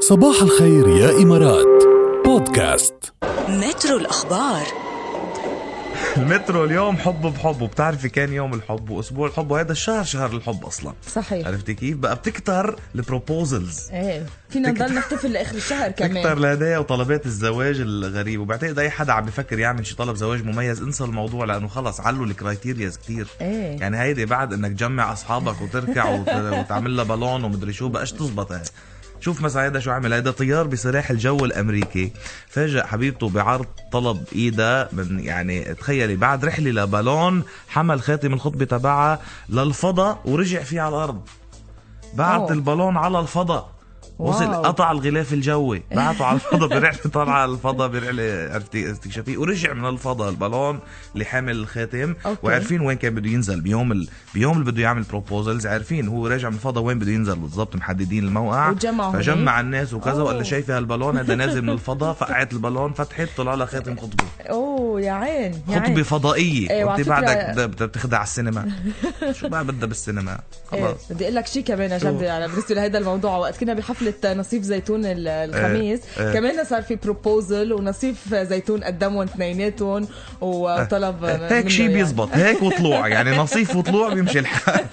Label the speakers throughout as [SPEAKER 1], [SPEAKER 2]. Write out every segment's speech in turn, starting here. [SPEAKER 1] صباح الخير يا إمارات بودكاست
[SPEAKER 2] مترو الأخبار
[SPEAKER 3] المترو اليوم حب بحب وبتعرفي كان يوم الحب واسبوع الحب وهذا الشهر شهر الحب اصلا
[SPEAKER 4] صحيح
[SPEAKER 3] عرفتي كيف بقى بتكتر البروبوزلز
[SPEAKER 4] ايه فينا نضل نحتفل لاخر الشهر
[SPEAKER 3] بتكتر
[SPEAKER 4] كمان
[SPEAKER 3] الهدايا وطلبات الزواج الغريب وبعتقد اي حدا عم بفكر يعمل شي طلب زواج مميز انسى الموضوع لانه خلص علوا الكرايتيرياز كتير
[SPEAKER 4] إيه.
[SPEAKER 3] يعني هيدي بعد انك تجمع اصحابك وتركع وت- وتعمل لها بالون ومدري شو بقاش تزبط هي. شوف مثلا هيدا شو عمل هيدا طيار بسلاح الجو الامريكي فاجأ حبيبته بعرض طلب ايدها من يعني تخيلي بعد رحله لبالون حمل خاتم الخطبه تبعها للفضاء ورجع فيه على الارض بعت
[SPEAKER 4] أوه.
[SPEAKER 3] البالون على الفضاء
[SPEAKER 4] واو.
[SPEAKER 3] وصل قطع الغلاف الجوي بعته على الفضاء برحله طلع على الفضاء برحله عرفتي استكشافيه ورجع من الفضاء البالون اللي حامل الخاتم
[SPEAKER 4] أوكي.
[SPEAKER 3] وعارفين وين كان بده ينزل بيوم ال... بيوم اللي بده يعمل بروبوزلز عارفين هو راجع من الفضاء وين بده ينزل بالضبط محددين الموقع
[SPEAKER 4] وجمعوا
[SPEAKER 3] فجمع الناس وكذا
[SPEAKER 4] أوه.
[SPEAKER 3] وقال له شايف هالبالون هذا نازل من الفضاء فقعت البالون فتحت طلع لها خاتم خطبه
[SPEAKER 4] اوه يا عين يا
[SPEAKER 3] خطبه
[SPEAKER 4] عين إيه،
[SPEAKER 3] فضائيه وانت
[SPEAKER 4] وعلى فكرة-
[SPEAKER 3] بعدك بدها- بدها بتخدع السينما شو بقى بدها بالسينما
[SPEAKER 4] إيه.
[SPEAKER 3] خلص
[SPEAKER 4] بدي اقول لك شيء كمان يا
[SPEAKER 3] شو؟
[SPEAKER 4] شبي على بالنسبه لهذا الموضوع وقت كنا بحفله نصيف زيتون ال- الخميس
[SPEAKER 3] إيه.
[SPEAKER 4] كمان صار في بروبوزل ونصيف زيتون قدمهم اثنيناتهم وطلب
[SPEAKER 3] إيه، هيك شيء
[SPEAKER 4] يعني؟
[SPEAKER 3] بيزبط هيك وطلوع يعني نصيف وطلوع بيمشي الحال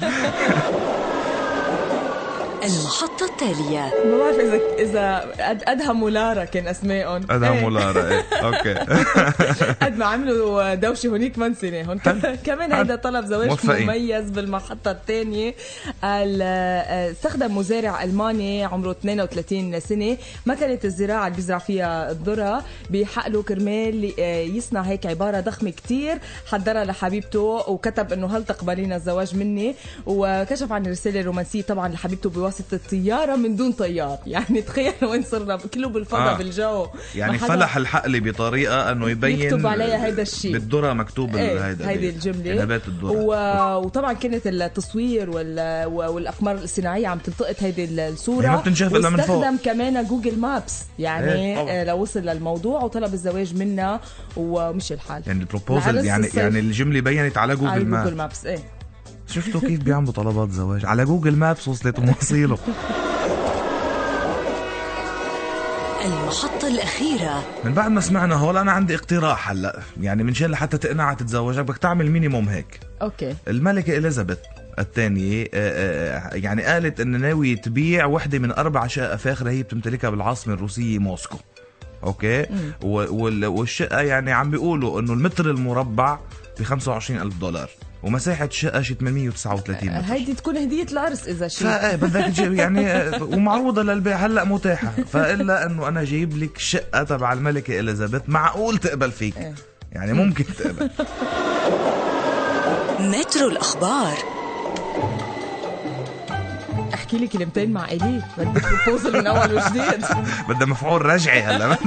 [SPEAKER 2] المحطة التالية
[SPEAKER 4] ما بعرف اذا اذا أد- ادهم ولارا كان اسمائهم
[SPEAKER 3] ادهم
[SPEAKER 4] إيه.
[SPEAKER 3] ولارا إيه. اوكي
[SPEAKER 4] قد ما عملوا دوشة هونيك ما نسيناهم كمان هيدا طلب زواج
[SPEAKER 3] موفقين.
[SPEAKER 4] مميز بالمحطة الثانية ال- آه، استخدم مزارع ألماني عمره 32 سنة مكنة الزراعة اللي بيزرع فيها الذرة بحقله كرمال آه، يصنع هيك عبارة ضخمة كتير حضرها لحبيبته وكتب انه هل تقبلين الزواج مني وكشف عن رسالة رومانسية طبعا لحبيبته بواسطة طيارة من دون طيار يعني تخيل وين صرنا كله بالفضاء
[SPEAKER 3] آه.
[SPEAKER 4] آه. بالجو
[SPEAKER 3] يعني
[SPEAKER 4] ما حدا-
[SPEAKER 3] فلح الحقل بطريقه انه يبين
[SPEAKER 4] يكتب عليها هيدا الشيء.
[SPEAKER 3] بالذره مكتوب
[SPEAKER 4] ايه
[SPEAKER 3] هيدا يعني
[SPEAKER 4] هيدي الجمله
[SPEAKER 3] نبات الذره
[SPEAKER 4] و... وطبعا كانت التصوير وال... والاقمار الصناعيه عم تلتقط هيدي ال- الصوره
[SPEAKER 3] هي ما بتنشاف إلا من فوق.
[SPEAKER 4] واستخدم كمان جوجل مابس
[SPEAKER 3] إيه،
[SPEAKER 4] يعني
[SPEAKER 3] طبعاً.
[SPEAKER 4] آه، لو وصل للموضوع وطلب الزواج منا ومشي الحال
[SPEAKER 3] يعني البروبوزل
[SPEAKER 4] العرس
[SPEAKER 3] يعني
[SPEAKER 4] الصيف.
[SPEAKER 3] يعني الجمله بينت على
[SPEAKER 4] على
[SPEAKER 3] جوجل
[SPEAKER 4] جوجل
[SPEAKER 3] ماب
[SPEAKER 4] مابس ايه
[SPEAKER 3] شفتوا كيف بيعملوا طلبات زواج على جوجل مابس وصلت مواصيله
[SPEAKER 2] المحطة الأخيرة
[SPEAKER 3] من بعد ما سمعنا هول انا عندي اقتراح هلا يعني من شان لحتى تقنعها تتزوجك بدك تعمل مينيموم هيك
[SPEAKER 4] اوكي
[SPEAKER 3] الملكة إليزابيث الثانية آه، يعني قالت إن ناوي تبيع وحدة من أربع شقق فاخرة هي بتمتلكها بالعاصمة الروسية موسكو أوكي و- وال- والشقة يعني عم بيقولوا إنه المتر المربع ب 25 ألف دولار ومساحة الشقة شي 839 متر
[SPEAKER 4] هيدي تكون هديه العرس اذا شيء
[SPEAKER 3] فايه بدك تجيب يعني آه، ومعروضه للبيع هلا متاحه فالا انه انا جايب لك شقه تبع الملكه اليزابيث معقول تقبل فيك يعني ممكن تقبل
[SPEAKER 2] مترو الأخبار
[SPEAKER 4] احكي لي كلمتين مع الي بدي بروبوزل من اول وجديد
[SPEAKER 3] بدها مفعول رجعي هلا